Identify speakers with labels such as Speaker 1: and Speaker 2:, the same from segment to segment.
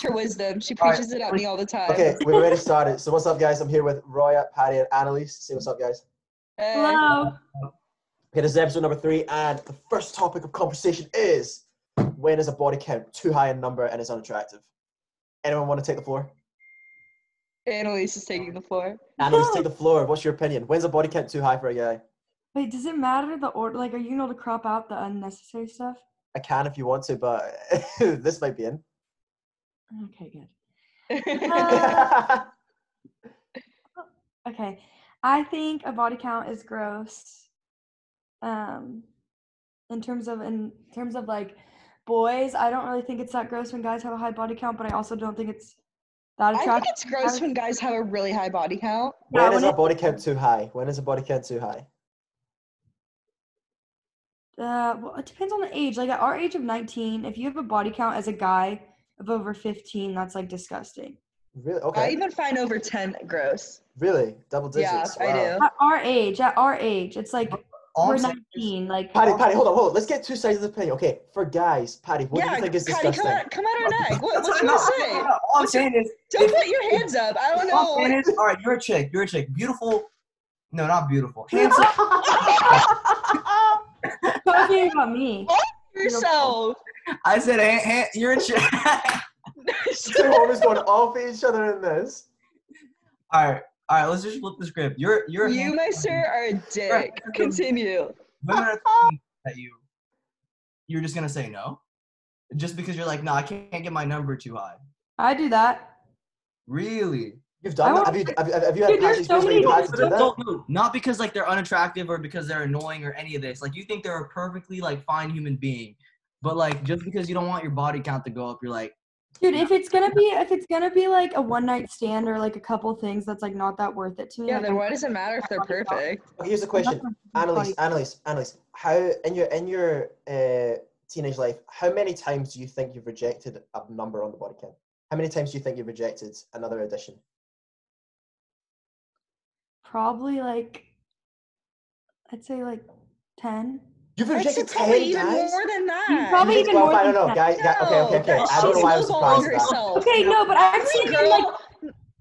Speaker 1: her wisdom. She
Speaker 2: All right.
Speaker 1: preaches it at me all the time.
Speaker 2: Okay, we're ready to start it. So what's up, guys? I'm here with Roya, Patty, and Annalise. Say what's up, guys.
Speaker 1: Hey.
Speaker 3: Hello.
Speaker 2: Okay, this is episode number three, and the first topic of conversation is when is a body count too high in number and it's unattractive? Anyone want to take the floor?
Speaker 1: Annalise is taking the floor.
Speaker 2: Annalise,
Speaker 3: No.
Speaker 2: take the floor. What's your opinion? When's a body count too high for a guy?
Speaker 3: Wait, does it matter the order? Like, are you able to crop out the unnecessary stuff?
Speaker 2: I can if you want to, but this might be in.
Speaker 3: Okay, good.
Speaker 1: Uh,
Speaker 2: yeah,
Speaker 3: Okay, I think a body count is gross. Um, in terms of in terms of like boys, I don't really think it's that gross when guys have a high body count, but I also don't think it's that
Speaker 1: I think
Speaker 3: attractive.
Speaker 1: it's gross when guys have a really high body count.
Speaker 3: Yeah,
Speaker 2: when is
Speaker 3: when
Speaker 2: a
Speaker 3: it-
Speaker 2: body count too high? When is a body count too high?
Speaker 3: Uh, well, it depends on the age. Like at our age of nineteen, if you have a body count as a guy of over fifteen, that's like disgusting.
Speaker 2: Really?
Speaker 1: I
Speaker 2: Okay.
Speaker 1: even find over 10 gross.
Speaker 2: Really? Double
Speaker 1: Yeah,
Speaker 2: digits.
Speaker 1: I
Speaker 2: Wow.
Speaker 1: do.
Speaker 3: At our age, at our age, it's like
Speaker 4: All
Speaker 3: we're
Speaker 4: I'm saying is-
Speaker 3: nineteen. Like
Speaker 2: Patty, Patty, hold on, hold on. Let's get two sides of the opinion. Okay, for guys, Patty, what do
Speaker 1: yeah,
Speaker 2: you think is
Speaker 1: Patty,
Speaker 2: disgusting?
Speaker 1: come out, come out our neck. What,
Speaker 4: That's
Speaker 1: what
Speaker 4: what
Speaker 1: you
Speaker 4: I know.
Speaker 1: gonna say?
Speaker 4: No, no, no. All I'm
Speaker 1: What's your-
Speaker 4: saying is,
Speaker 1: Don't put your hands up. I don't
Speaker 4: all I'm
Speaker 1: know.
Speaker 4: saying is, all right, you're a chick. You're a chick. Beautiful. No, not beautiful. Handsome.
Speaker 3: talking about me.
Speaker 1: Yourself.
Speaker 4: I said, hey, hey, you're a chick.
Speaker 2: Two homies going off at each other in this.
Speaker 4: all right, all right. Let's just flip the script. You're, you're. a
Speaker 1: you,
Speaker 4: handsome
Speaker 1: my
Speaker 4: woman.
Speaker 1: sir, are a dick. Continue.
Speaker 4: Women are thinking that you. You're just gonna say no, just because you're like, no, I can't get my number too high.
Speaker 3: I do that.
Speaker 4: Really?
Speaker 2: You've
Speaker 3: I
Speaker 2: done that?
Speaker 3: want-
Speaker 2: Have you, have, you- have you had
Speaker 3: Dude, there's
Speaker 2: Patty's
Speaker 3: so
Speaker 2: experience where
Speaker 3: many
Speaker 2: you've had
Speaker 3: ways
Speaker 2: to
Speaker 4: But
Speaker 2: do
Speaker 4: don't-
Speaker 2: that?
Speaker 4: don't move. Not because like they're unattractive or because they're annoying or any of this. Like you think they're a perfectly like fine human being, but like just because you don't want your body count to go up, you're like,
Speaker 3: Dude, if it's gonna be if it's gonna be like a one night stand or like a couple things that's like not that worth it to me.
Speaker 1: Yeah,
Speaker 3: like,
Speaker 1: then
Speaker 3: I'm-
Speaker 1: why does it matter if they're perfect?
Speaker 2: Okay, here's the
Speaker 3: I'm not
Speaker 2: question.
Speaker 3: gonna do
Speaker 2: Annalise,
Speaker 3: body-
Speaker 2: Annalise, Annalise, how in your in your uh, teenage life, how many times do you think you've rejected a number on the body count? How many times do you think you've rejected another audition?
Speaker 3: Probably like I'd say like ten.
Speaker 2: You've
Speaker 1: I'd say
Speaker 2: rejected
Speaker 1: probably
Speaker 2: ten
Speaker 1: even
Speaker 2: guys.
Speaker 1: more than that.
Speaker 3: You probably- even
Speaker 2: well,
Speaker 3: more
Speaker 2: I don't
Speaker 3: than
Speaker 2: know, guys. guys- okay, okay, okay.
Speaker 1: No,
Speaker 2: I don't know
Speaker 1: she's
Speaker 2: why I was
Speaker 1: lowballing
Speaker 2: surprised. at that.
Speaker 1: herself.
Speaker 3: Okay, no, but I'm
Speaker 1: Every
Speaker 3: saying like
Speaker 1: girl,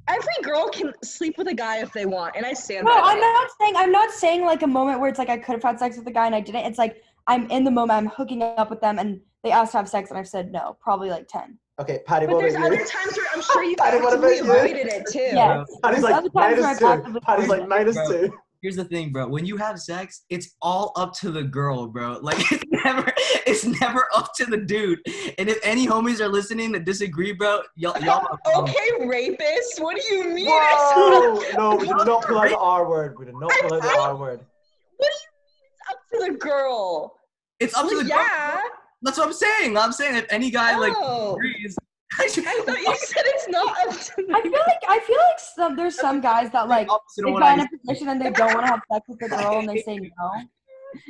Speaker 1: every girl can sleep with a guy if they want, and I stand
Speaker 3: no,
Speaker 1: by
Speaker 3: I'm
Speaker 1: that.
Speaker 3: not saying I'm not saying like a moment where it's like I could have had sex with a guy and I didn't. It's like I'm in the moment, I'm hooking up with them and they asked to have sex and I've said no, probably like ten.
Speaker 2: Okay, Patty,
Speaker 1: But
Speaker 2: what
Speaker 1: there's
Speaker 2: about
Speaker 1: other
Speaker 2: you?
Speaker 1: times where I'm sure you've
Speaker 2: I didn't wanna
Speaker 1: actively
Speaker 2: bet you.
Speaker 1: avoided it too.
Speaker 3: Yeah.
Speaker 4: "Bro,
Speaker 2: Patty's like
Speaker 3: Other times
Speaker 2: minus
Speaker 3: where I
Speaker 2: two.
Speaker 3: possibly
Speaker 2: Patty's like
Speaker 3: could.
Speaker 2: minus
Speaker 4: Bro.
Speaker 2: two.
Speaker 4: Here's the thing, bro. When you have sex, it's all up to the girl, bro. Like it's never, it's never up to the dude. And if any homies are listening that disagree, bro, y'all, y'all. my problem.
Speaker 1: Okay, rapist. What do you mean? It's
Speaker 2: Whoa! No, we did not pull out the R word. We did not pull out the R word.
Speaker 1: up to the girl.
Speaker 4: It's up to the girl.
Speaker 1: yeah.
Speaker 4: That's what I'm saying. I'm saying if any guy like
Speaker 1: Oh.
Speaker 4: agrees,
Speaker 1: I thought you said it's not up to the
Speaker 3: I feel like I feel like some, there's some guys that like
Speaker 4: opposite
Speaker 3: they
Speaker 4: of what
Speaker 3: got
Speaker 4: I
Speaker 3: in a position and they don't want to have sex with the girl and they say no.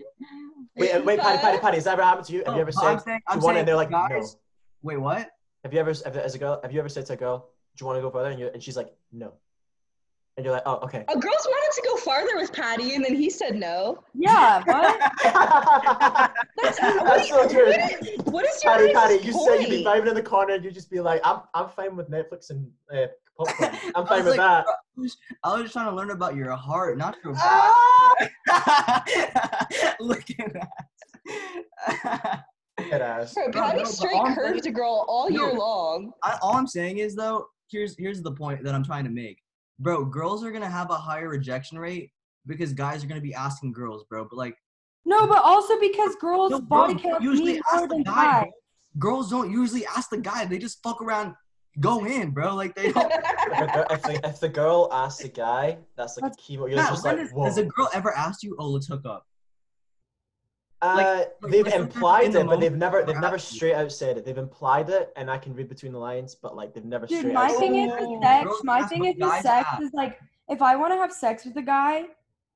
Speaker 2: Wait, uh, wait, Patty, Patty, Patty, has that ever happened to you? Have you ever
Speaker 4: I'm
Speaker 2: said
Speaker 4: saying-
Speaker 2: to
Speaker 4: I'm
Speaker 2: one
Speaker 4: saying
Speaker 2: and they're like, no?
Speaker 4: guys- Wait, what?
Speaker 2: Have you ever, have- as a girl, have you ever said to a girl, do you want to go further? And, you and she's like, no. And you're like, oh, okay.
Speaker 1: A girl's wanted to go farther with Patty, and then he said no.
Speaker 3: Yeah, what?
Speaker 2: That's
Speaker 1: That's,
Speaker 2: so true.
Speaker 1: What is, what is your
Speaker 2: Patty,
Speaker 1: guys'
Speaker 2: Patty, you
Speaker 1: point?
Speaker 2: said you'd be vibing in the corner and you'd just be like, I'm, I'm fine with Netflix and uh, popcorn. I'm
Speaker 4: I
Speaker 2: fine
Speaker 4: was like,
Speaker 2: with that.
Speaker 4: I was just trying to learn about your heart, not your body.
Speaker 2: Ah!
Speaker 4: Look at that.
Speaker 2: Good ass.
Speaker 1: Bro,
Speaker 4: No, no,
Speaker 1: Patty
Speaker 4: but
Speaker 1: straight
Speaker 4: I'm-
Speaker 1: curved a girl all
Speaker 4: No.
Speaker 1: year long.
Speaker 4: I, all I'm saying is though, here's here's the point that I'm trying to make, bro. Girls are gonna have a higher rejection rate because guys are gonna be asking girls, bro. But like,
Speaker 3: No, but also because girls'
Speaker 4: no,
Speaker 3: body
Speaker 4: girls don't
Speaker 3: count mean more than
Speaker 4: guy,
Speaker 3: guys.
Speaker 4: bro. Girls don't usually ask the guy. They just fuck around, go in, bro. Like they don't.
Speaker 2: If the, if, the, if the girl asks the guy, that's like a key word. You're
Speaker 4: Matt,
Speaker 2: just
Speaker 4: when
Speaker 2: like,
Speaker 4: has-
Speaker 2: whoa.
Speaker 4: has a girl ever asked you, "Oh, let's hook up"?
Speaker 2: Uh,
Speaker 4: like,
Speaker 2: they've
Speaker 4: like, sometimes in
Speaker 2: implied
Speaker 4: the
Speaker 2: it, but they've
Speaker 4: moment,
Speaker 2: never they've
Speaker 4: they're
Speaker 2: never
Speaker 4: asking.
Speaker 2: straight out said it. They've implied it, and I can read between the lines, but like they've never
Speaker 3: Dude,
Speaker 2: straight
Speaker 3: my
Speaker 2: out. said
Speaker 3: thing
Speaker 2: it.
Speaker 3: is
Speaker 4: Oh.
Speaker 3: with sex.
Speaker 4: Girls
Speaker 3: My
Speaker 4: ask
Speaker 3: thing
Speaker 4: what
Speaker 3: is with
Speaker 4: guys
Speaker 3: sex
Speaker 4: ask.
Speaker 3: is like if I want to have sex with a guy,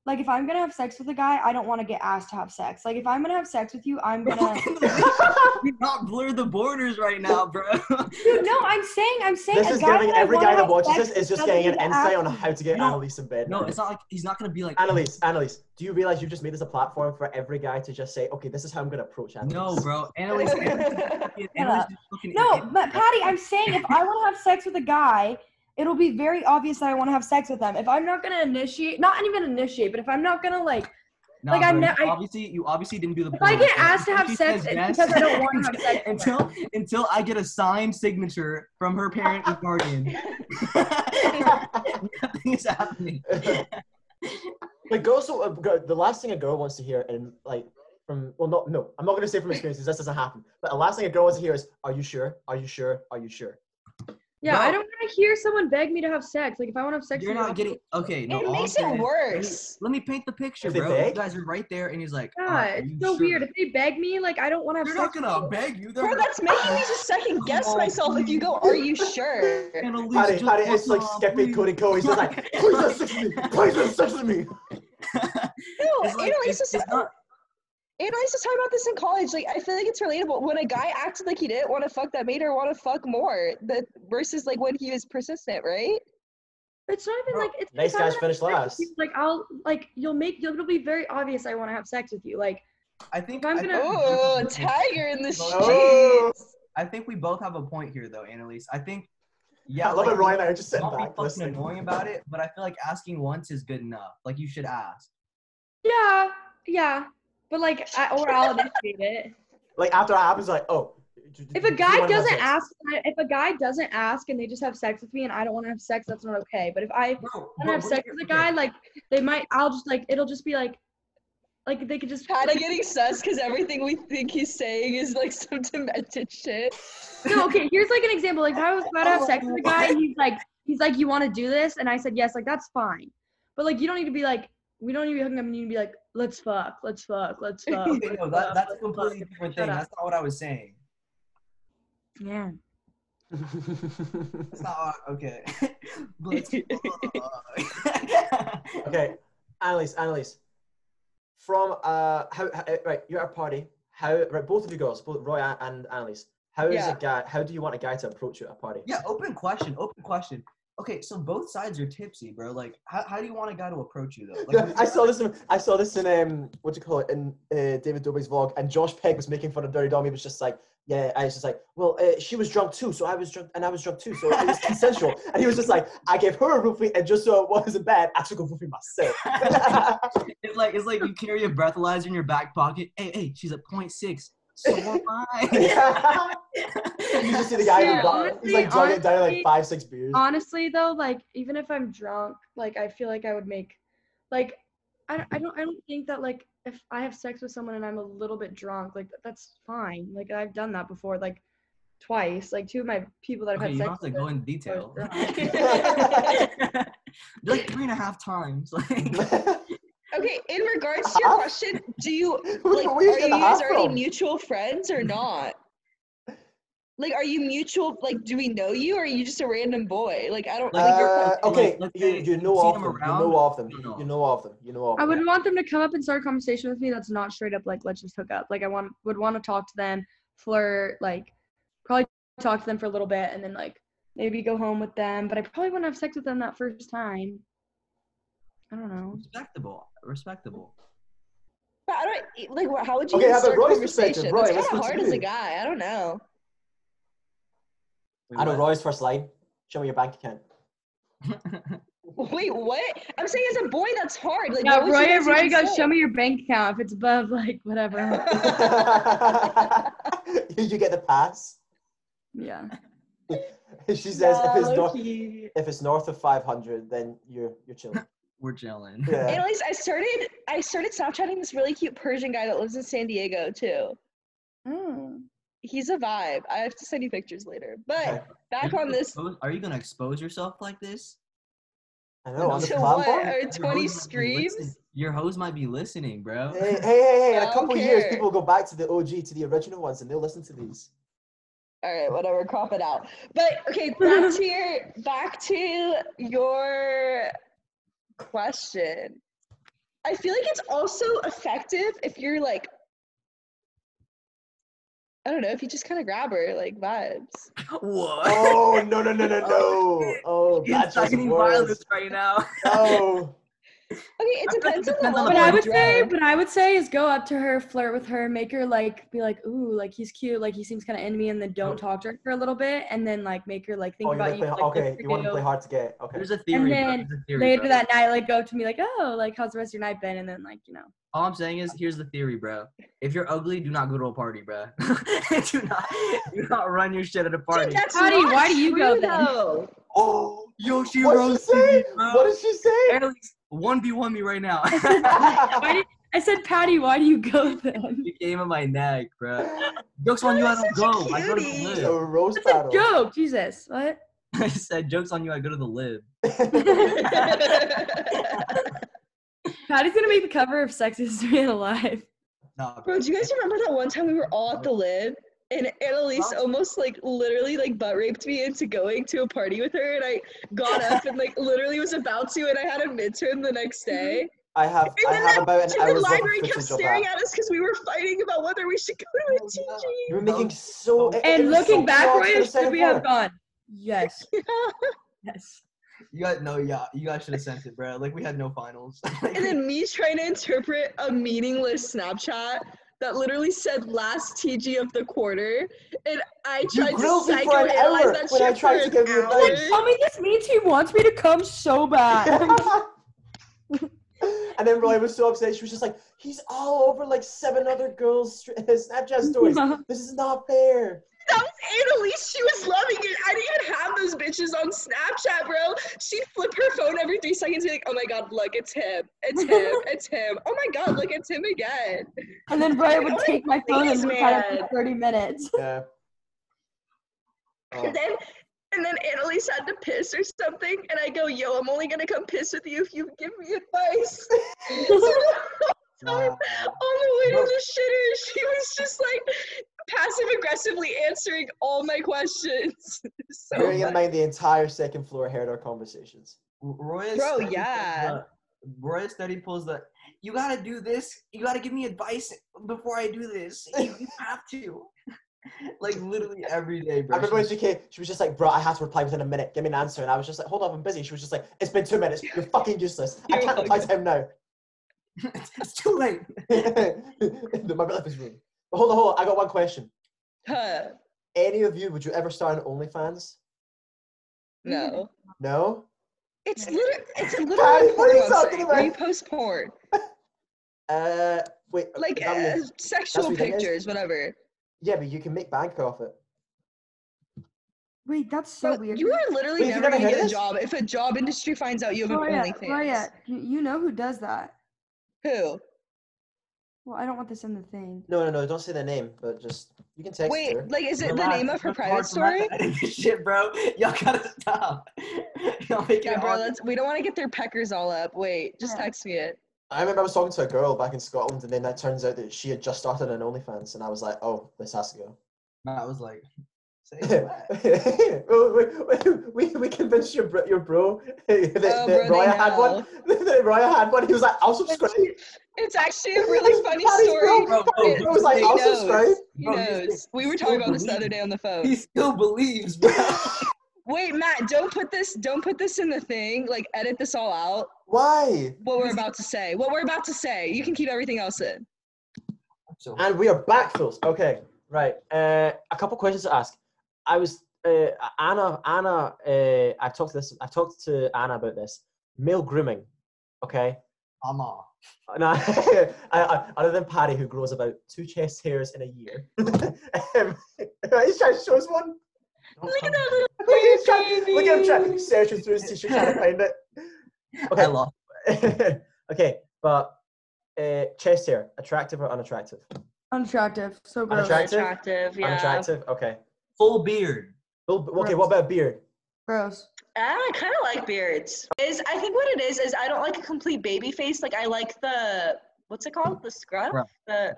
Speaker 3: like if I'm gonna have sex with a guy, I don't want to get asked to have sex. Like if I'm gonna have sex with you, I'm gonna.
Speaker 4: Do not blur the borders right now, bro.
Speaker 3: Dude, no, I'm saying, I'm saying.
Speaker 2: This
Speaker 3: a
Speaker 2: is
Speaker 3: guy
Speaker 2: giving
Speaker 3: that I
Speaker 2: every
Speaker 3: wanna
Speaker 2: guy that
Speaker 3: have
Speaker 2: watches
Speaker 3: sex
Speaker 2: this is just
Speaker 3: doesn't
Speaker 2: getting an
Speaker 3: need to
Speaker 2: insight
Speaker 3: ask
Speaker 2: on
Speaker 3: me.
Speaker 2: how to get
Speaker 4: No.
Speaker 2: Annalise in bed.
Speaker 4: No, it's not like he's not gonna be like
Speaker 2: Annalise, Annalise, do you realize you've just made this a platform for every guy to just say, okay, this is how I'm going to approach Annalise?
Speaker 4: No, bro. Annalise, Annalise, is
Speaker 3: up.
Speaker 4: fucking
Speaker 3: No,
Speaker 4: idiot.
Speaker 3: but Patty, I'm saying if I want to have sex with a guy, it'll be very obvious that I want to have sex with them. If I'm not gonna initiate, not even initiate, but if I'm not gonna like,
Speaker 4: Nah,
Speaker 3: like, I'm
Speaker 4: bro,
Speaker 3: not-
Speaker 4: you
Speaker 3: I-
Speaker 4: obviously you obviously didn't do the.
Speaker 3: If I get
Speaker 4: homework.
Speaker 3: asked to
Speaker 4: If
Speaker 3: have
Speaker 4: she
Speaker 3: sex,
Speaker 4: says
Speaker 3: it's
Speaker 4: yes-
Speaker 3: because I don't wanna have sex with her.
Speaker 4: until until I get a signed signature from her parent and guardian. Nothing is happening.
Speaker 2: But girls, don't- uh, gir- the last thing a girl wants to hear, and like from well, not no, I'm not going to say from experience because this doesn't happen. But the last thing a girl wants to hear is, "Are you sure? Are you sure? Are you sure?"
Speaker 3: yeah,
Speaker 4: No.
Speaker 3: I don't want to hear someone beg me to have sex. Like if I want to have sex,
Speaker 4: You're
Speaker 3: with you,
Speaker 4: not getting okay. No,
Speaker 1: it
Speaker 4: all I'm
Speaker 1: makes
Speaker 4: saying
Speaker 1: it
Speaker 4: is-
Speaker 1: worse.
Speaker 4: Let me paint the picture,
Speaker 2: If they
Speaker 4: bro. You
Speaker 2: beg?
Speaker 4: guys are right there, and he's like,
Speaker 3: Yeah,
Speaker 4: "Are
Speaker 3: oh it's
Speaker 4: you
Speaker 3: so
Speaker 4: sure?"
Speaker 3: weird. If they beg me, like I don't want to have
Speaker 4: They're not
Speaker 3: sex.
Speaker 4: gonna beg you. They're
Speaker 1: Bro, that's making me just second guess
Speaker 4: Oh,
Speaker 1: myself if you go, are you sure?
Speaker 4: gonna lose.
Speaker 2: Patty,
Speaker 4: just
Speaker 2: Patty, it's
Speaker 4: one
Speaker 2: like
Speaker 4: off,
Speaker 2: skipping
Speaker 4: please.
Speaker 2: Cody Cody. He's just like, "Please have sex with me. Please have sex with me."
Speaker 1: No,
Speaker 4: It's like,
Speaker 1: Annalise
Speaker 4: it's-
Speaker 1: was,
Speaker 4: it's not-
Speaker 1: Annalise was talking about this in college. Like, I feel like it's relatable. When a guy acted like he didn't want to fuck, that made her want to fuck more. That versus like when he was persistent, right?
Speaker 3: It's not even
Speaker 4: Bro,
Speaker 3: like it's
Speaker 2: nice
Speaker 3: if I
Speaker 2: guys
Speaker 3: wanna have
Speaker 2: finish
Speaker 3: sex with
Speaker 2: last.
Speaker 3: you, Like I'll like you'll make you'll, it'll be very obvious I want to have sex with you. Like
Speaker 4: I think
Speaker 3: I'm
Speaker 4: I
Speaker 3: gonna-
Speaker 4: think we
Speaker 1: Oh,
Speaker 4: both have a point.
Speaker 1: tiger in the
Speaker 2: Oh.
Speaker 1: streets.
Speaker 4: I think we both have a point here, though, Annalise. I think. Yeah,
Speaker 2: Yeah, I love
Speaker 4: like,
Speaker 2: it. Ryan and I are just sitting
Speaker 4: Don't be
Speaker 2: back
Speaker 4: fucking
Speaker 2: listening.
Speaker 4: annoying about it, but I feel like asking once is good enough. Like you should ask.
Speaker 3: yeah, yeah, but like I, or I'll initiate it.
Speaker 2: Like after that happens, like, oh. d- d-
Speaker 3: If
Speaker 2: do
Speaker 3: a
Speaker 2: you
Speaker 3: guy
Speaker 2: wanna have
Speaker 3: doesn't
Speaker 2: sex?
Speaker 3: ask, if a guy doesn't ask and they just have sex with me and I don't want to have sex, that's not okay. But if I
Speaker 4: Bro,
Speaker 3: want to have sex with a guy, like they might, I'll just like it'll just be like, like they could just
Speaker 1: Patty getting sus because everything we think he's saying is like some demented shit.
Speaker 3: No, okay. Here's like an example. Like if I was about to have sex with a guy,
Speaker 4: What?
Speaker 3: and he's like, he's like, you want to do this, and I said yes. Like that's fine, but like you don't need to be like, we don't need to be hooking up, and you need to be like, let's fuck, let's fuck, let's fuck.
Speaker 4: Okay, no, that, that's a
Speaker 3: Let's fuck.
Speaker 4: completely different
Speaker 3: Shut
Speaker 4: thing.
Speaker 3: up.
Speaker 4: That's not what I was saying.
Speaker 3: Yeah.
Speaker 4: That's not what- okay. Let's-
Speaker 2: okay, Annalise, Annalise. From uh, how, how right? You're at a party. How right? Both of you girls, both Roy and- and Annalise. How is
Speaker 1: Yeah.
Speaker 2: a guy? How do you want a guy to approach you at a party?
Speaker 4: yeah, open question. Open question. Okay, so both sides are tipsy, bro. Like, how, how do you want a guy to approach you though?
Speaker 2: Yeah,
Speaker 4: Like,
Speaker 2: I saw this. In, I saw this in um, what do you call it? In uh, David Dobry's vlog, and Josh Pegg was making fun of Dirty Dom. He was just like, "Yeah," I was just like, "Well, uh, she was drunk too, so I was drunk, and I was drunk too, so it was consensual." And he was just like, "I gave her a roofie, and just so it wasn't bad, I took a roofie myself."
Speaker 4: it's like it's like you carry a breathalyzer in your back pocket. Hey, hey, she's a point six. So am I.
Speaker 2: you just see the guy in the
Speaker 3: Yeah,
Speaker 2: bar. He's like
Speaker 3: honestly,
Speaker 2: drunk and down like
Speaker 3: honestly-
Speaker 2: five, six beers.
Speaker 3: Honestly, though, like even if I'm drunk, like I feel like I would make, like, I don't, I don't, I don't think that like if I have sex with someone and I'm a little bit drunk, like that's fine. Like I've done that before, like twice. Like two of my people that I've
Speaker 4: Okay, you
Speaker 3: had
Speaker 4: don't have
Speaker 3: sex
Speaker 4: to
Speaker 3: with.
Speaker 4: go in detail.
Speaker 1: okay,
Speaker 4: like three and a half times. Like,
Speaker 1: in regards to your
Speaker 2: Huh?
Speaker 1: question, do you
Speaker 2: Where-
Speaker 1: like are
Speaker 2: where
Speaker 1: you
Speaker 2: you get the
Speaker 1: guys
Speaker 2: half
Speaker 1: already
Speaker 2: from?
Speaker 1: mutual friends or not? Like, are you mutual? Like, do we know you, or are you just a random boy? Like, I don't.
Speaker 4: Like,
Speaker 1: like, you're-
Speaker 2: Uh,
Speaker 4: like,
Speaker 2: okay,
Speaker 4: let's
Speaker 2: you,
Speaker 4: say
Speaker 2: you know
Speaker 4: you've seen
Speaker 2: of
Speaker 4: him
Speaker 2: them. You
Speaker 4: around,
Speaker 2: know of them.
Speaker 4: you know.
Speaker 2: You know of them. You know of
Speaker 3: I
Speaker 2: them.
Speaker 3: would want them to come up and start a conversation with me that's not straight up like let's just hook up. Like I want would want to talk to them, flirt, like probably talk to them for a little bit and then like maybe go home with them. But I probably wouldn't have sex with them that first time. I don't know.
Speaker 4: respectable, respectable.
Speaker 1: but I don't like. wha- How would you
Speaker 2: Okay,
Speaker 1: even
Speaker 2: how about
Speaker 1: start
Speaker 2: Roy's perspective?
Speaker 1: conversation?
Speaker 2: Roy,
Speaker 1: That's kind
Speaker 2: let's
Speaker 1: of
Speaker 2: go to
Speaker 1: hard as a
Speaker 2: you.
Speaker 1: guy. I don't know.
Speaker 2: I know Roy's first line. Show me your bank account.
Speaker 1: Wait, what? I'm saying as a boy, that's hard. Like,
Speaker 3: Yeah,
Speaker 1: what would you
Speaker 3: Roy,
Speaker 1: guys
Speaker 3: Roy
Speaker 1: even
Speaker 3: goes,
Speaker 1: say?
Speaker 3: show me your bank account if it's above like whatever.
Speaker 2: you get the pass.
Speaker 3: yeah.
Speaker 2: She says if it's north,
Speaker 1: Low-key.
Speaker 2: if it's north of five hundred, then you're you're chilling.
Speaker 4: We're chilling.
Speaker 2: Yeah.
Speaker 1: Annalise, I started I started Snapchatting this really cute Persian guy that lives in San Diego too.
Speaker 3: Mm.
Speaker 1: He's a vibe. I have to send you pictures later. But
Speaker 2: Okay.
Speaker 1: back
Speaker 4: Are you
Speaker 1: on
Speaker 4: gonna
Speaker 1: this
Speaker 4: expose- are you gonna expose yourself like this?
Speaker 2: I
Speaker 4: Oh,
Speaker 2: know on the
Speaker 1: to what
Speaker 2: platform.
Speaker 1: are
Speaker 4: Your hoes
Speaker 1: 20
Speaker 4: might be listening-
Speaker 1: streams?
Speaker 4: Your hoes might be listening, bro.
Speaker 2: Hey, hey, hey, hey! In
Speaker 1: I
Speaker 2: a
Speaker 1: don't
Speaker 2: couple years,
Speaker 1: care.
Speaker 2: people go back to the OG, to the original ones, and they'll listen to these.
Speaker 1: All right, whatever, crop it out. But okay, back to your back to your question. I feel like it's also effective if you're like, I don't know, if you just kind of grab her, like vibes.
Speaker 4: What?
Speaker 2: Oh no no no no no! Oh,
Speaker 4: It's
Speaker 2: that's just
Speaker 4: fucking
Speaker 2: worse.
Speaker 4: violence right now.
Speaker 2: No. Oh,
Speaker 1: Okay, it
Speaker 4: I feel like
Speaker 1: depends
Speaker 4: it
Speaker 1: on the
Speaker 4: depends
Speaker 1: level.
Speaker 4: on the
Speaker 3: But I
Speaker 1: of
Speaker 3: would say,
Speaker 1: drug.
Speaker 3: but I would say is go up to her, flirt with her, make her like be like, ooh, like he's cute, like he seems kind of into me, and then don't talk to her for a little bit, and then like make her like think
Speaker 2: Oh, you
Speaker 3: about
Speaker 2: wanna
Speaker 3: you.
Speaker 2: play,
Speaker 3: like,
Speaker 2: okay,
Speaker 3: good
Speaker 2: you
Speaker 3: for
Speaker 2: want to play hard to get. Okay.
Speaker 4: There's a theory. bro.
Speaker 3: then
Speaker 4: There's a theory,
Speaker 3: Later
Speaker 4: bro.
Speaker 3: that night, like go up to me like, oh, like how's the rest of your night been? And then like you know,
Speaker 4: All I'm saying is, here's the theory, bro. If you're ugly, do not go to a party, bro. do not, do not run your shit at a
Speaker 1: Dude,
Speaker 4: party.
Speaker 1: that's
Speaker 3: Howdy,
Speaker 1: not
Speaker 3: why do you go
Speaker 1: true,
Speaker 3: then?
Speaker 1: though.
Speaker 2: Oh,
Speaker 4: Yo, she
Speaker 2: what's she
Speaker 4: roasted me,
Speaker 2: say?
Speaker 4: bro.
Speaker 2: What did she say?
Speaker 4: Alex, one v one me right now.
Speaker 3: why did, I said, Patty, why do you go then?
Speaker 4: you came in my neck, bro. Jokes on you, I don't
Speaker 1: You're
Speaker 4: go.
Speaker 1: such a
Speaker 4: I go to
Speaker 1: cutie.
Speaker 2: A
Speaker 4: the
Speaker 2: roast
Speaker 3: That's a
Speaker 2: battle.
Speaker 3: joke. Jesus, what?
Speaker 4: lib. I said jokes on you, I go to the lib.
Speaker 3: Patty's gonna make the cover of Sexiest Man Alive.
Speaker 4: Nah, bro.
Speaker 1: Bro, do you guys remember that one time we were all at the lib and Annalise
Speaker 4: Huh?
Speaker 1: almost like literally like butt raped me into going to a party with her and I got up and like literally was about to and I had a midterm the next day.
Speaker 2: I have.
Speaker 1: And
Speaker 2: I
Speaker 1: then
Speaker 2: have
Speaker 1: that
Speaker 2: about an
Speaker 1: teacher in the
Speaker 2: hour's worth of
Speaker 1: library kept
Speaker 2: footage of
Speaker 1: staring
Speaker 2: that.
Speaker 1: at us because we were fighting about whether we should go to a
Speaker 4: Oh,
Speaker 1: TG.
Speaker 2: You were making so. it- it
Speaker 3: And
Speaker 2: was
Speaker 3: looking
Speaker 2: so close
Speaker 3: back,
Speaker 2: to
Speaker 3: Roy,
Speaker 2: the second
Speaker 3: should we have
Speaker 2: part.
Speaker 3: gone? Yes, yes.
Speaker 4: You got no, yeah, you guys should have sent it, bro. Like we had no finals.
Speaker 1: And then me trying to interpret a meaningless Snapchat that literally said last TG of the quarter and I
Speaker 2: You
Speaker 1: tried to
Speaker 2: grilled me for an hour
Speaker 1: psychoanalyze that
Speaker 2: when I
Speaker 1: shit for
Speaker 2: tried to give
Speaker 1: an
Speaker 2: you
Speaker 1: hour.
Speaker 2: advice.
Speaker 3: I mean, this means he wants me to come so bad.
Speaker 2: and then Roy was so upset. She was just like, "He's all over like seven other girls' str- Snapchat stories. This is not fair."
Speaker 1: That was Annalise. She was loving it. I didn't even have those bitches on Snapchat, bro. She'd flip her phone every three seconds and be like, oh my god, look, it's him. It's him. It's him. Oh my god, look, it's him again.
Speaker 3: And then Brian would take my phone and
Speaker 1: Ladies
Speaker 3: look at it
Speaker 1: man.
Speaker 3: for 30 minutes.
Speaker 2: Yeah. Oh.
Speaker 1: And then and then Annalise had to piss or something, and I go, yo, I'm only gonna come piss with you if you give me advice.
Speaker 2: Wow.
Speaker 1: on the way to the shitter, she was just like passive aggressively answering all my questions. so
Speaker 2: Bearing in
Speaker 1: funny.
Speaker 2: mind the entire second floor hair dye conversations.
Speaker 4: Roy
Speaker 1: Bro,
Speaker 4: study
Speaker 1: yeah.
Speaker 4: pulls the- Roy study pulls the. You gotta do this. You gotta give me advice before I do this. You have to. like literally every day,
Speaker 2: I
Speaker 4: bro.
Speaker 2: remember when she came, she was just like, bro, I have to reply within a minute. Give me an answer. And I was just like, hold on, I'm busy. She was just like, it's been two minutes. You're fucking useless. I can't reply to him now.
Speaker 4: it's too late.
Speaker 2: My life is ruined. But hold on, hold on. I got one question.
Speaker 1: Huh.
Speaker 2: Any of you, would you ever start an OnlyFans?
Speaker 1: No.
Speaker 2: No?
Speaker 1: It's
Speaker 3: Yeah.
Speaker 1: literally it's a
Speaker 2: Patty,
Speaker 1: literal
Speaker 2: what are
Speaker 1: porn
Speaker 2: you
Speaker 1: website
Speaker 2: talking
Speaker 1: where you
Speaker 2: about?
Speaker 1: post porn,
Speaker 2: Uh, wait.
Speaker 1: like
Speaker 2: that
Speaker 1: uh,
Speaker 2: was-
Speaker 1: sexual
Speaker 2: what that is?
Speaker 1: pictures, whatever.
Speaker 2: yeah, but you can make bank off it.
Speaker 3: Wait, that's so
Speaker 1: But
Speaker 3: weird.
Speaker 1: you are literally
Speaker 2: Wait, you
Speaker 1: never
Speaker 2: never
Speaker 1: gonna
Speaker 2: heard
Speaker 1: get a
Speaker 2: this?
Speaker 1: job if a job industry finds out you have an
Speaker 3: Gloria,
Speaker 1: OnlyFans.
Speaker 3: Gloria, you, you know who does that.
Speaker 1: Who?
Speaker 3: Well, I don't want this in the thing.
Speaker 2: No, no, no. Don't say the name, but just, you can text
Speaker 1: Wait,
Speaker 2: her.
Speaker 1: like, is it the
Speaker 4: Relax,
Speaker 1: name of her
Speaker 4: it's
Speaker 1: private
Speaker 4: hard to laugh
Speaker 1: story?
Speaker 4: at this Shit, bro. Y'all gotta stop. Y'all making
Speaker 1: Yeah,
Speaker 4: it
Speaker 1: bro.
Speaker 4: hard.
Speaker 1: Let's. We don't want to get their peckers all up. Wait, just
Speaker 3: Yeah.
Speaker 1: text me it.
Speaker 2: I remember I was talking to a girl back in Scotland, and then that turns out that she had just started an OnlyFans, and I was like, "Oh, this has to go."
Speaker 4: I was like, say what?
Speaker 2: we, we, we convinced your bro, your bro that,
Speaker 1: Oh,
Speaker 2: that
Speaker 1: bro, they
Speaker 2: Raya had one. That Raya had one. He was like, "I'll subscribe."
Speaker 1: It's actually a really funny
Speaker 2: Patty's
Speaker 1: story.
Speaker 4: Bro, bro,
Speaker 2: He was like,
Speaker 1: He
Speaker 2: "I'll
Speaker 1: knows.
Speaker 2: subscribe."
Speaker 1: He
Speaker 4: Bro, he's-
Speaker 1: knows. We
Speaker 4: he's
Speaker 1: were talking
Speaker 4: so
Speaker 1: about this the other
Speaker 4: believable.
Speaker 1: day on the
Speaker 4: He
Speaker 1: phone.
Speaker 4: still believes, bro.
Speaker 1: Wait, Matt, don't put this. Don't put this in the thing. Like, edit this all out.
Speaker 2: Why?
Speaker 1: What we're about to say. What we're about to say. You can keep everything else in.
Speaker 4: So-
Speaker 2: And we are back, fools. Okay, right. Uh, a couple questions to ask. I was uh, Anna. Anna. Uh, I've talked to this. I've talked to Anna about this. Male grooming. Okay.
Speaker 4: I'm off.
Speaker 2: No, I, I, other than Paddy, who grows about two chest hairs in a year. um, he's trying to show us one.
Speaker 1: Look at that little.
Speaker 2: He's trying- look at him trying, searching through his t-shirt trying to find
Speaker 4: I
Speaker 2: Okay.
Speaker 4: lost.
Speaker 2: it. okay, but uh, chest hair, attractive or unattractive?
Speaker 3: Unattractive. So gross.
Speaker 2: Unattractive?
Speaker 1: Attractive, yeah.
Speaker 2: Unattractive. Okay.
Speaker 4: Full beard.
Speaker 2: Well, okay. What about beard?
Speaker 3: Gross.
Speaker 1: Ah, I kind of like beards. Is I think what it is is I don't like a complete baby face. Like I like the what's it called? The scruff.
Speaker 4: Scruff.
Speaker 1: The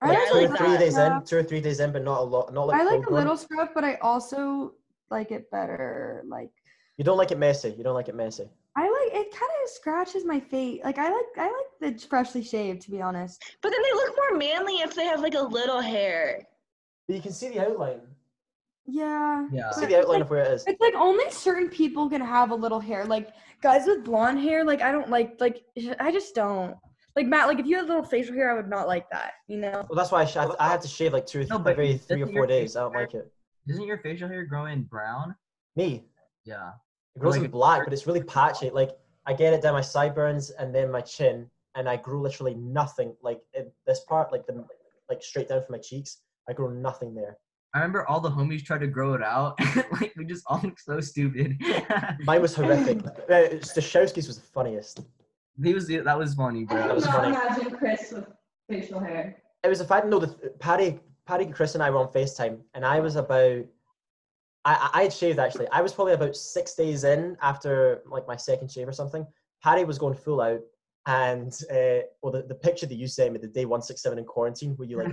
Speaker 3: I
Speaker 1: Yeah,
Speaker 2: Like
Speaker 3: like
Speaker 2: two
Speaker 3: a
Speaker 2: or
Speaker 1: that.
Speaker 2: three
Speaker 3: little
Speaker 2: days in,
Speaker 3: scruff.
Speaker 2: two or three days in, but not a lot. Not like
Speaker 3: I like
Speaker 2: full
Speaker 3: a
Speaker 2: grown.
Speaker 3: little scruff, but I also like it better. Like
Speaker 2: You don't like it messy. You don't like it messy.
Speaker 3: I like it. Kind of scratches my face. Like I like I like the freshly shaved. To be honest,
Speaker 1: But then they look more manly if they have like a little hair.
Speaker 2: But you can see the outline.
Speaker 3: yeah.
Speaker 4: Yeah.
Speaker 2: You
Speaker 3: But
Speaker 2: see
Speaker 3: it's
Speaker 2: the outline
Speaker 3: like-
Speaker 2: of where it is.
Speaker 3: It's like only certain people can have a little hair. Like guys with blonde hair, like I don't like like I just don't. Like Matt, like if you had little facial hair, I would not like that. You know?
Speaker 2: Well, that's why I, sh- I I had to shave like two, or
Speaker 4: No,
Speaker 2: th-
Speaker 4: but
Speaker 2: every three or
Speaker 4: doesn't
Speaker 2: four
Speaker 4: your
Speaker 2: days. I
Speaker 4: face
Speaker 2: don't like it.
Speaker 4: Isn't your facial hair growing brown?
Speaker 2: Me,
Speaker 4: Yeah.
Speaker 2: it grows in
Speaker 4: Like-
Speaker 2: black, but it's really patchy. Like I get it down my sideburns and then my chin, and I grew literally nothing. Like in this part, like the like straight down from my cheeks, I grow nothing there.
Speaker 4: I remember all the homies tried to grow it out. like we just all looked so stupid.
Speaker 2: Mine was horrific. Uh, Stashowski's was the funniest.
Speaker 4: he was that was funny,
Speaker 5: I
Speaker 2: that
Speaker 4: bro.
Speaker 5: cannot
Speaker 2: was funny.
Speaker 5: imagine Chris with facial hair.
Speaker 2: It was the fact. No, the Patty, Patty, Chris, and I were on Facetime, and I was about. I I I had shaved actually. I was probably about six days in after like my second shave or something. Patty was going full out, and uh, well, the, the picture that you sent me, the day one six seven in quarantine, where you like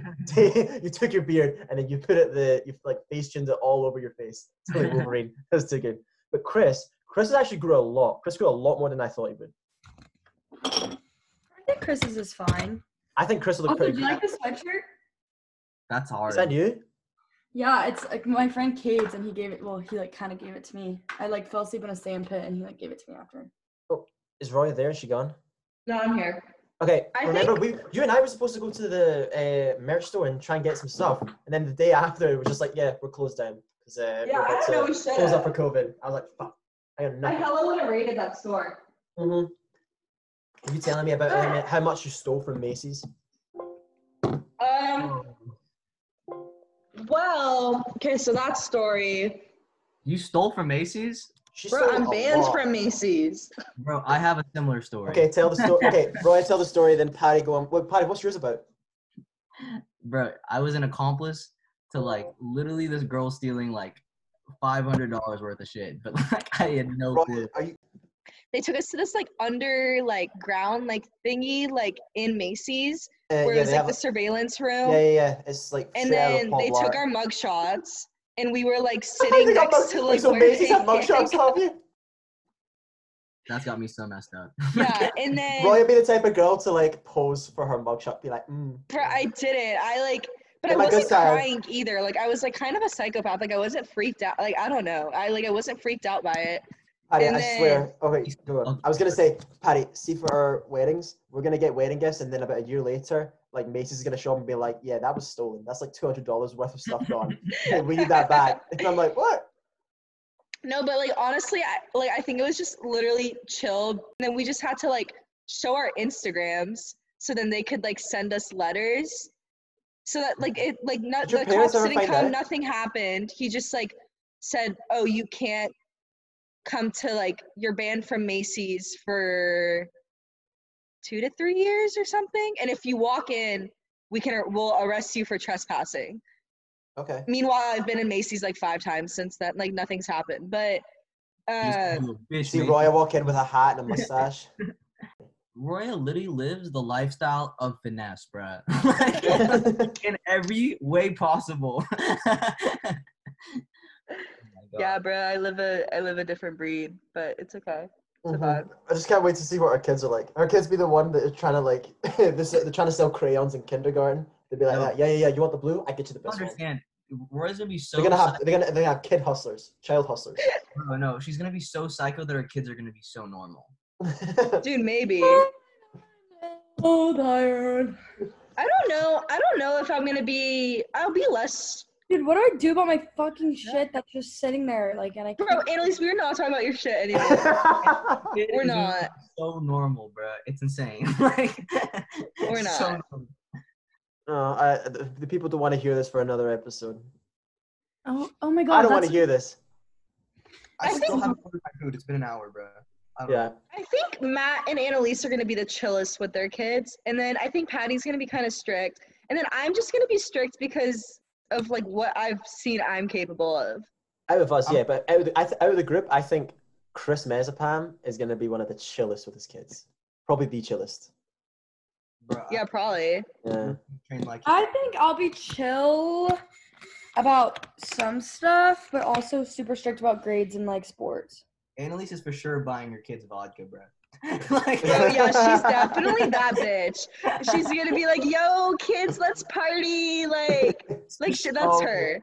Speaker 2: you took your beard and then you put it the you like face tuned it all over your face. It's like Wolverine. That's too good. But Chris, Chris has actually grew a lot. Chris grew a lot more than I thought he would.
Speaker 3: I think Chris's is fine.
Speaker 2: I think Chris will look
Speaker 3: Also,
Speaker 2: pretty
Speaker 3: do Oh, you
Speaker 2: good.
Speaker 3: like the sweatshirt?
Speaker 4: That's hard.
Speaker 2: Is that you?
Speaker 3: Yeah, it's like my friend Cade's and he gave it well, he like kinda gave it to me. I like fell asleep in a sand pit and he like gave it to me after.
Speaker 2: Is Roy there? Is she gone?
Speaker 5: No, I'm here.
Speaker 2: Okay,
Speaker 1: I
Speaker 2: remember we, you and I were supposed to go to the uh, merch store and try and get some stuff, and then the day after it was just like, yeah, we're closed down because uh,
Speaker 5: Yeah, I
Speaker 2: we're about
Speaker 5: don't know.
Speaker 2: to
Speaker 5: We should.
Speaker 2: close up for COVID. I was like, fuck, I got
Speaker 5: I
Speaker 2: nothing.
Speaker 5: hella would have raided that store.
Speaker 2: Mhm. Are you telling me about um, how- how much you stole from Macy's?
Speaker 1: Um.
Speaker 2: Oh.
Speaker 1: Well, okay, so that story.
Speaker 4: You stole from Macy's?
Speaker 2: She
Speaker 1: Bro,
Speaker 2: stole
Speaker 1: I'm
Speaker 2: a
Speaker 1: banned
Speaker 2: lot.
Speaker 1: from Macy's.
Speaker 4: Bro, I have a similar story.
Speaker 2: Okay, tell the story. Okay, Roy, tell the story. Then Patty, go on. Well, Patty, what's yours about?
Speaker 4: Bro, I was an accomplice to like literally this girl stealing like five hundred dollars worth of shit. But like I had no
Speaker 2: Roy,
Speaker 4: clue.
Speaker 2: are you?
Speaker 1: They took us to this like under like ground like thingy like in Macy's
Speaker 2: Uh,
Speaker 1: where it
Speaker 2: yeah,
Speaker 1: was
Speaker 2: they
Speaker 1: like
Speaker 2: have,
Speaker 1: the surveillance
Speaker 2: yeah,
Speaker 1: room.
Speaker 2: yeah, yeah. It's like.
Speaker 1: and
Speaker 2: straight out of
Speaker 1: then they
Speaker 2: Pop
Speaker 1: took
Speaker 2: Mart.
Speaker 1: our mug shots and we were like
Speaker 2: They
Speaker 1: sitting
Speaker 2: got
Speaker 1: next
Speaker 2: mug-
Speaker 1: to like
Speaker 2: so
Speaker 1: where
Speaker 2: Macy's
Speaker 1: they-
Speaker 2: had mugshots, have you?
Speaker 4: That's got me so messed up.
Speaker 1: Yeah, and then
Speaker 2: Roy would be the type of girl to like pose for her mugshot, be like, mm.
Speaker 1: bro, I did it. I like but
Speaker 2: Yeah,
Speaker 1: I
Speaker 2: like I
Speaker 1: wasn't
Speaker 2: said.
Speaker 1: crying either. Like I was like kind of a psychopath. Like I wasn't freaked out. Like I don't know. I like I wasn't freaked out by it.
Speaker 2: Patty,
Speaker 1: And
Speaker 2: I
Speaker 1: then-
Speaker 2: swear. Okay, go on.
Speaker 4: Okay.
Speaker 2: I was gonna say, Patty, see for our weddings, we're gonna get wedding gifts, and then about a year later, like Macy's is gonna show up and be like, "Yeah, that was stolen. That's like two hundred dollars worth of stuff gone. and we need that back." And I'm like, "What?"
Speaker 1: No, but like honestly, I like I think it was just literally chilled. And then we just had to like show our Instagrams so then they could like send us letters. So that like it like not
Speaker 2: Did your
Speaker 1: the
Speaker 2: parents
Speaker 1: cops
Speaker 2: ever
Speaker 1: didn't
Speaker 2: find
Speaker 1: come,
Speaker 2: out?
Speaker 1: nothing happened. He just like said, Oh, you can't come to like you're banned from Macy's for two to three years or something. And if you walk in, we can we'll arrest you for trespassing
Speaker 2: Okay.
Speaker 1: meanwhile i've been in macy's like five times since then like nothing's happened but
Speaker 4: Just
Speaker 1: uh,
Speaker 4: you a bitch,
Speaker 2: See
Speaker 4: Macy.
Speaker 2: Roy walk in with a hat and a mustache.
Speaker 4: Roya literally lives the lifestyle of finesse, bruh. Like,
Speaker 2: Patty,
Speaker 4: in every way possible. Oh my
Speaker 1: yeah
Speaker 4: God.
Speaker 1: bro i live a i live a different breed but it's okay it's a
Speaker 2: Mhm.
Speaker 1: vibe
Speaker 2: I just can't wait to see what our kids are like. Our kids be the one that are trying to like, this, they're trying to sell crayons in kindergarten. They'd be like,
Speaker 4: No.
Speaker 2: that. "Yeah, yeah, yeah. You want the blue? I get you the
Speaker 4: I
Speaker 2: best one."
Speaker 4: understand. Roya's gonna be so
Speaker 2: They're gonna have they're gonna they're gonna have kid hustlers, child hustlers.
Speaker 4: psycho. No, no, she's gonna be so psycho that her kids are gonna be so normal.
Speaker 2: Uh,
Speaker 1: dude maybe
Speaker 3: Oh tired.
Speaker 1: i don't know i don't know if i'm gonna be i'll be less
Speaker 3: Dude, what do I do about my fucking shit that's just sitting there like and I
Speaker 1: bro
Speaker 3: can't-
Speaker 1: annalise we're not talking about your shit anymore
Speaker 2: Patty,
Speaker 1: we're
Speaker 4: It's gonna be
Speaker 1: not
Speaker 4: So normal, bruh. It's insane. like,
Speaker 1: We're
Speaker 4: it's so
Speaker 1: not.
Speaker 4: normal.
Speaker 2: No, I, the, the people don't want to hear this for another episode.
Speaker 3: Oh, oh my god.
Speaker 2: I don't want
Speaker 3: that's-
Speaker 2: to hear this.
Speaker 1: I think-
Speaker 4: haven't ordered my food. It's been an hour, bruh. I don't know.
Speaker 2: Yeah.
Speaker 1: i think matt and annalise are gonna be the chillest with their kids and then i think patty's gonna be kind of strict and then i'm just gonna be strict because of like what i've seen i'm capable of
Speaker 2: Out of us,
Speaker 4: I'm-
Speaker 1: Um,
Speaker 2: yeah, but out of, the, I th- out of the group, I think Chris Mezapam is going to be one of the chillest with his kids. Probably the chillest.
Speaker 4: Bruh,
Speaker 1: yeah probably
Speaker 2: Yeah.
Speaker 4: trained like
Speaker 3: I think I'll be chill about some stuff, but also super strict about grades and like sports.
Speaker 4: Annalise is for sure buying your kids vodka, bro. like,
Speaker 1: Oh yeah, she's definitely that bitch. She's gonna be like, "Yo, kids, let's party!" Like, like shit, that's
Speaker 4: Oh.
Speaker 1: her.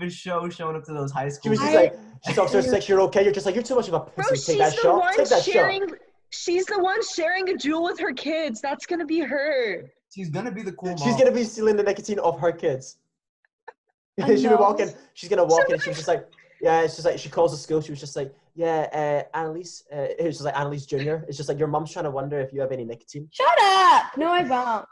Speaker 4: for show showing up to those high
Speaker 2: She
Speaker 4: school.
Speaker 2: was just
Speaker 3: I-
Speaker 2: like, she talks to her six year old kid. You're just like, you're too much of a
Speaker 1: Bro,
Speaker 2: pussy.
Speaker 1: she's
Speaker 2: Take that
Speaker 1: the
Speaker 2: shot.
Speaker 1: one
Speaker 2: Take that shot.
Speaker 1: sharing. She's the one sharing a jewel with her kids. That's gonna be her.
Speaker 4: she's gonna be the cool mom.
Speaker 2: She's gonna be stealing the nicotine off her kids.
Speaker 3: I
Speaker 2: she'll be
Speaker 3: know.
Speaker 2: walking. She's gonna walk in. and She's just like, yeah. It's just like she calls the school. She was just like, yeah, uh, Annalise. Uh, it was just like Annalise Junior. It's just like your mom's trying to wonder if you have any nicotine.
Speaker 3: Shut up! No, I won't.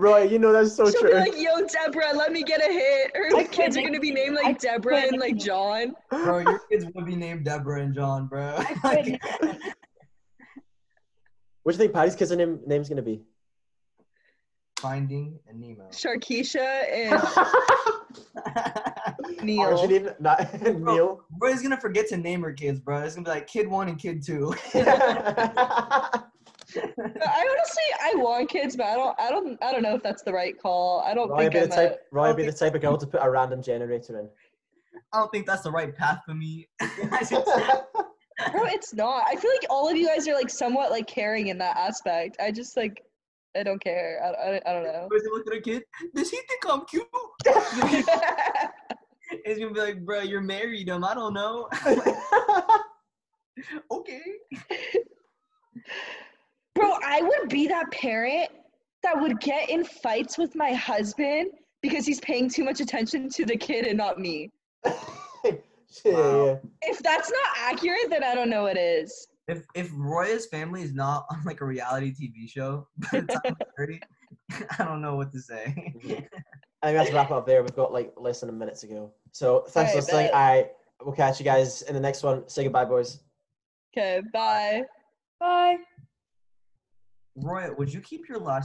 Speaker 2: Roy, you know that's so
Speaker 1: She'll
Speaker 2: true.
Speaker 1: be like, "Yo, Deborah, let me get a hit." Her
Speaker 3: I
Speaker 1: kids are
Speaker 3: quit
Speaker 1: gonna be named
Speaker 3: I
Speaker 1: like Deborah
Speaker 3: quit
Speaker 1: and like
Speaker 3: making-
Speaker 1: John.
Speaker 4: bro, your kids would be named Deborah and John, bro.
Speaker 3: I
Speaker 4: Like,
Speaker 3: quit.
Speaker 2: what do you think Patty's kids' name name's gonna be?
Speaker 4: Finding and Nemo.
Speaker 1: Sharkeisha and Neil.
Speaker 2: Arginine, not Neil.
Speaker 4: Roy's gonna forget to name her kids, bro. It's gonna be like kid one and kid two.
Speaker 1: But I honestly, I want kids, but I don't, I don't, I don't know if that's the right call. I don't
Speaker 2: Roy would
Speaker 1: think
Speaker 2: be
Speaker 1: I'm.
Speaker 2: the type.
Speaker 1: A,
Speaker 2: Roy would be the type of girl to put a random generator in.
Speaker 4: I don't think that's the right path for me. I should say-
Speaker 2: I
Speaker 1: bro, it's not. I feel like all of you guys are like somewhat like caring in that aspect. I just like, I don't care. I, I, I don't know.
Speaker 4: Roy's gonna look at her kid. Does he think I'm cute? It's gonna be like, bro, you're married. Um, I don't know. okay.
Speaker 1: bro, I would be that parent that would get in fights with my husband because he's paying too much attention to the kid and not me.
Speaker 2: Yeah, yeah.
Speaker 1: If that's not accurate, then I don't know what is.
Speaker 4: If if Roya's family is not on like a reality TV show by the time I'm 30, I don't know what to say.
Speaker 2: I think we have to wrap up there. We've got like less than a minute to go. So
Speaker 1: Alright,
Speaker 2: thanks for listening.
Speaker 1: bet.
Speaker 2: I will catch you guys in the next one. Say goodbye, boys.
Speaker 1: Okay, bye.
Speaker 3: Bye.
Speaker 4: Roya, would you keep your last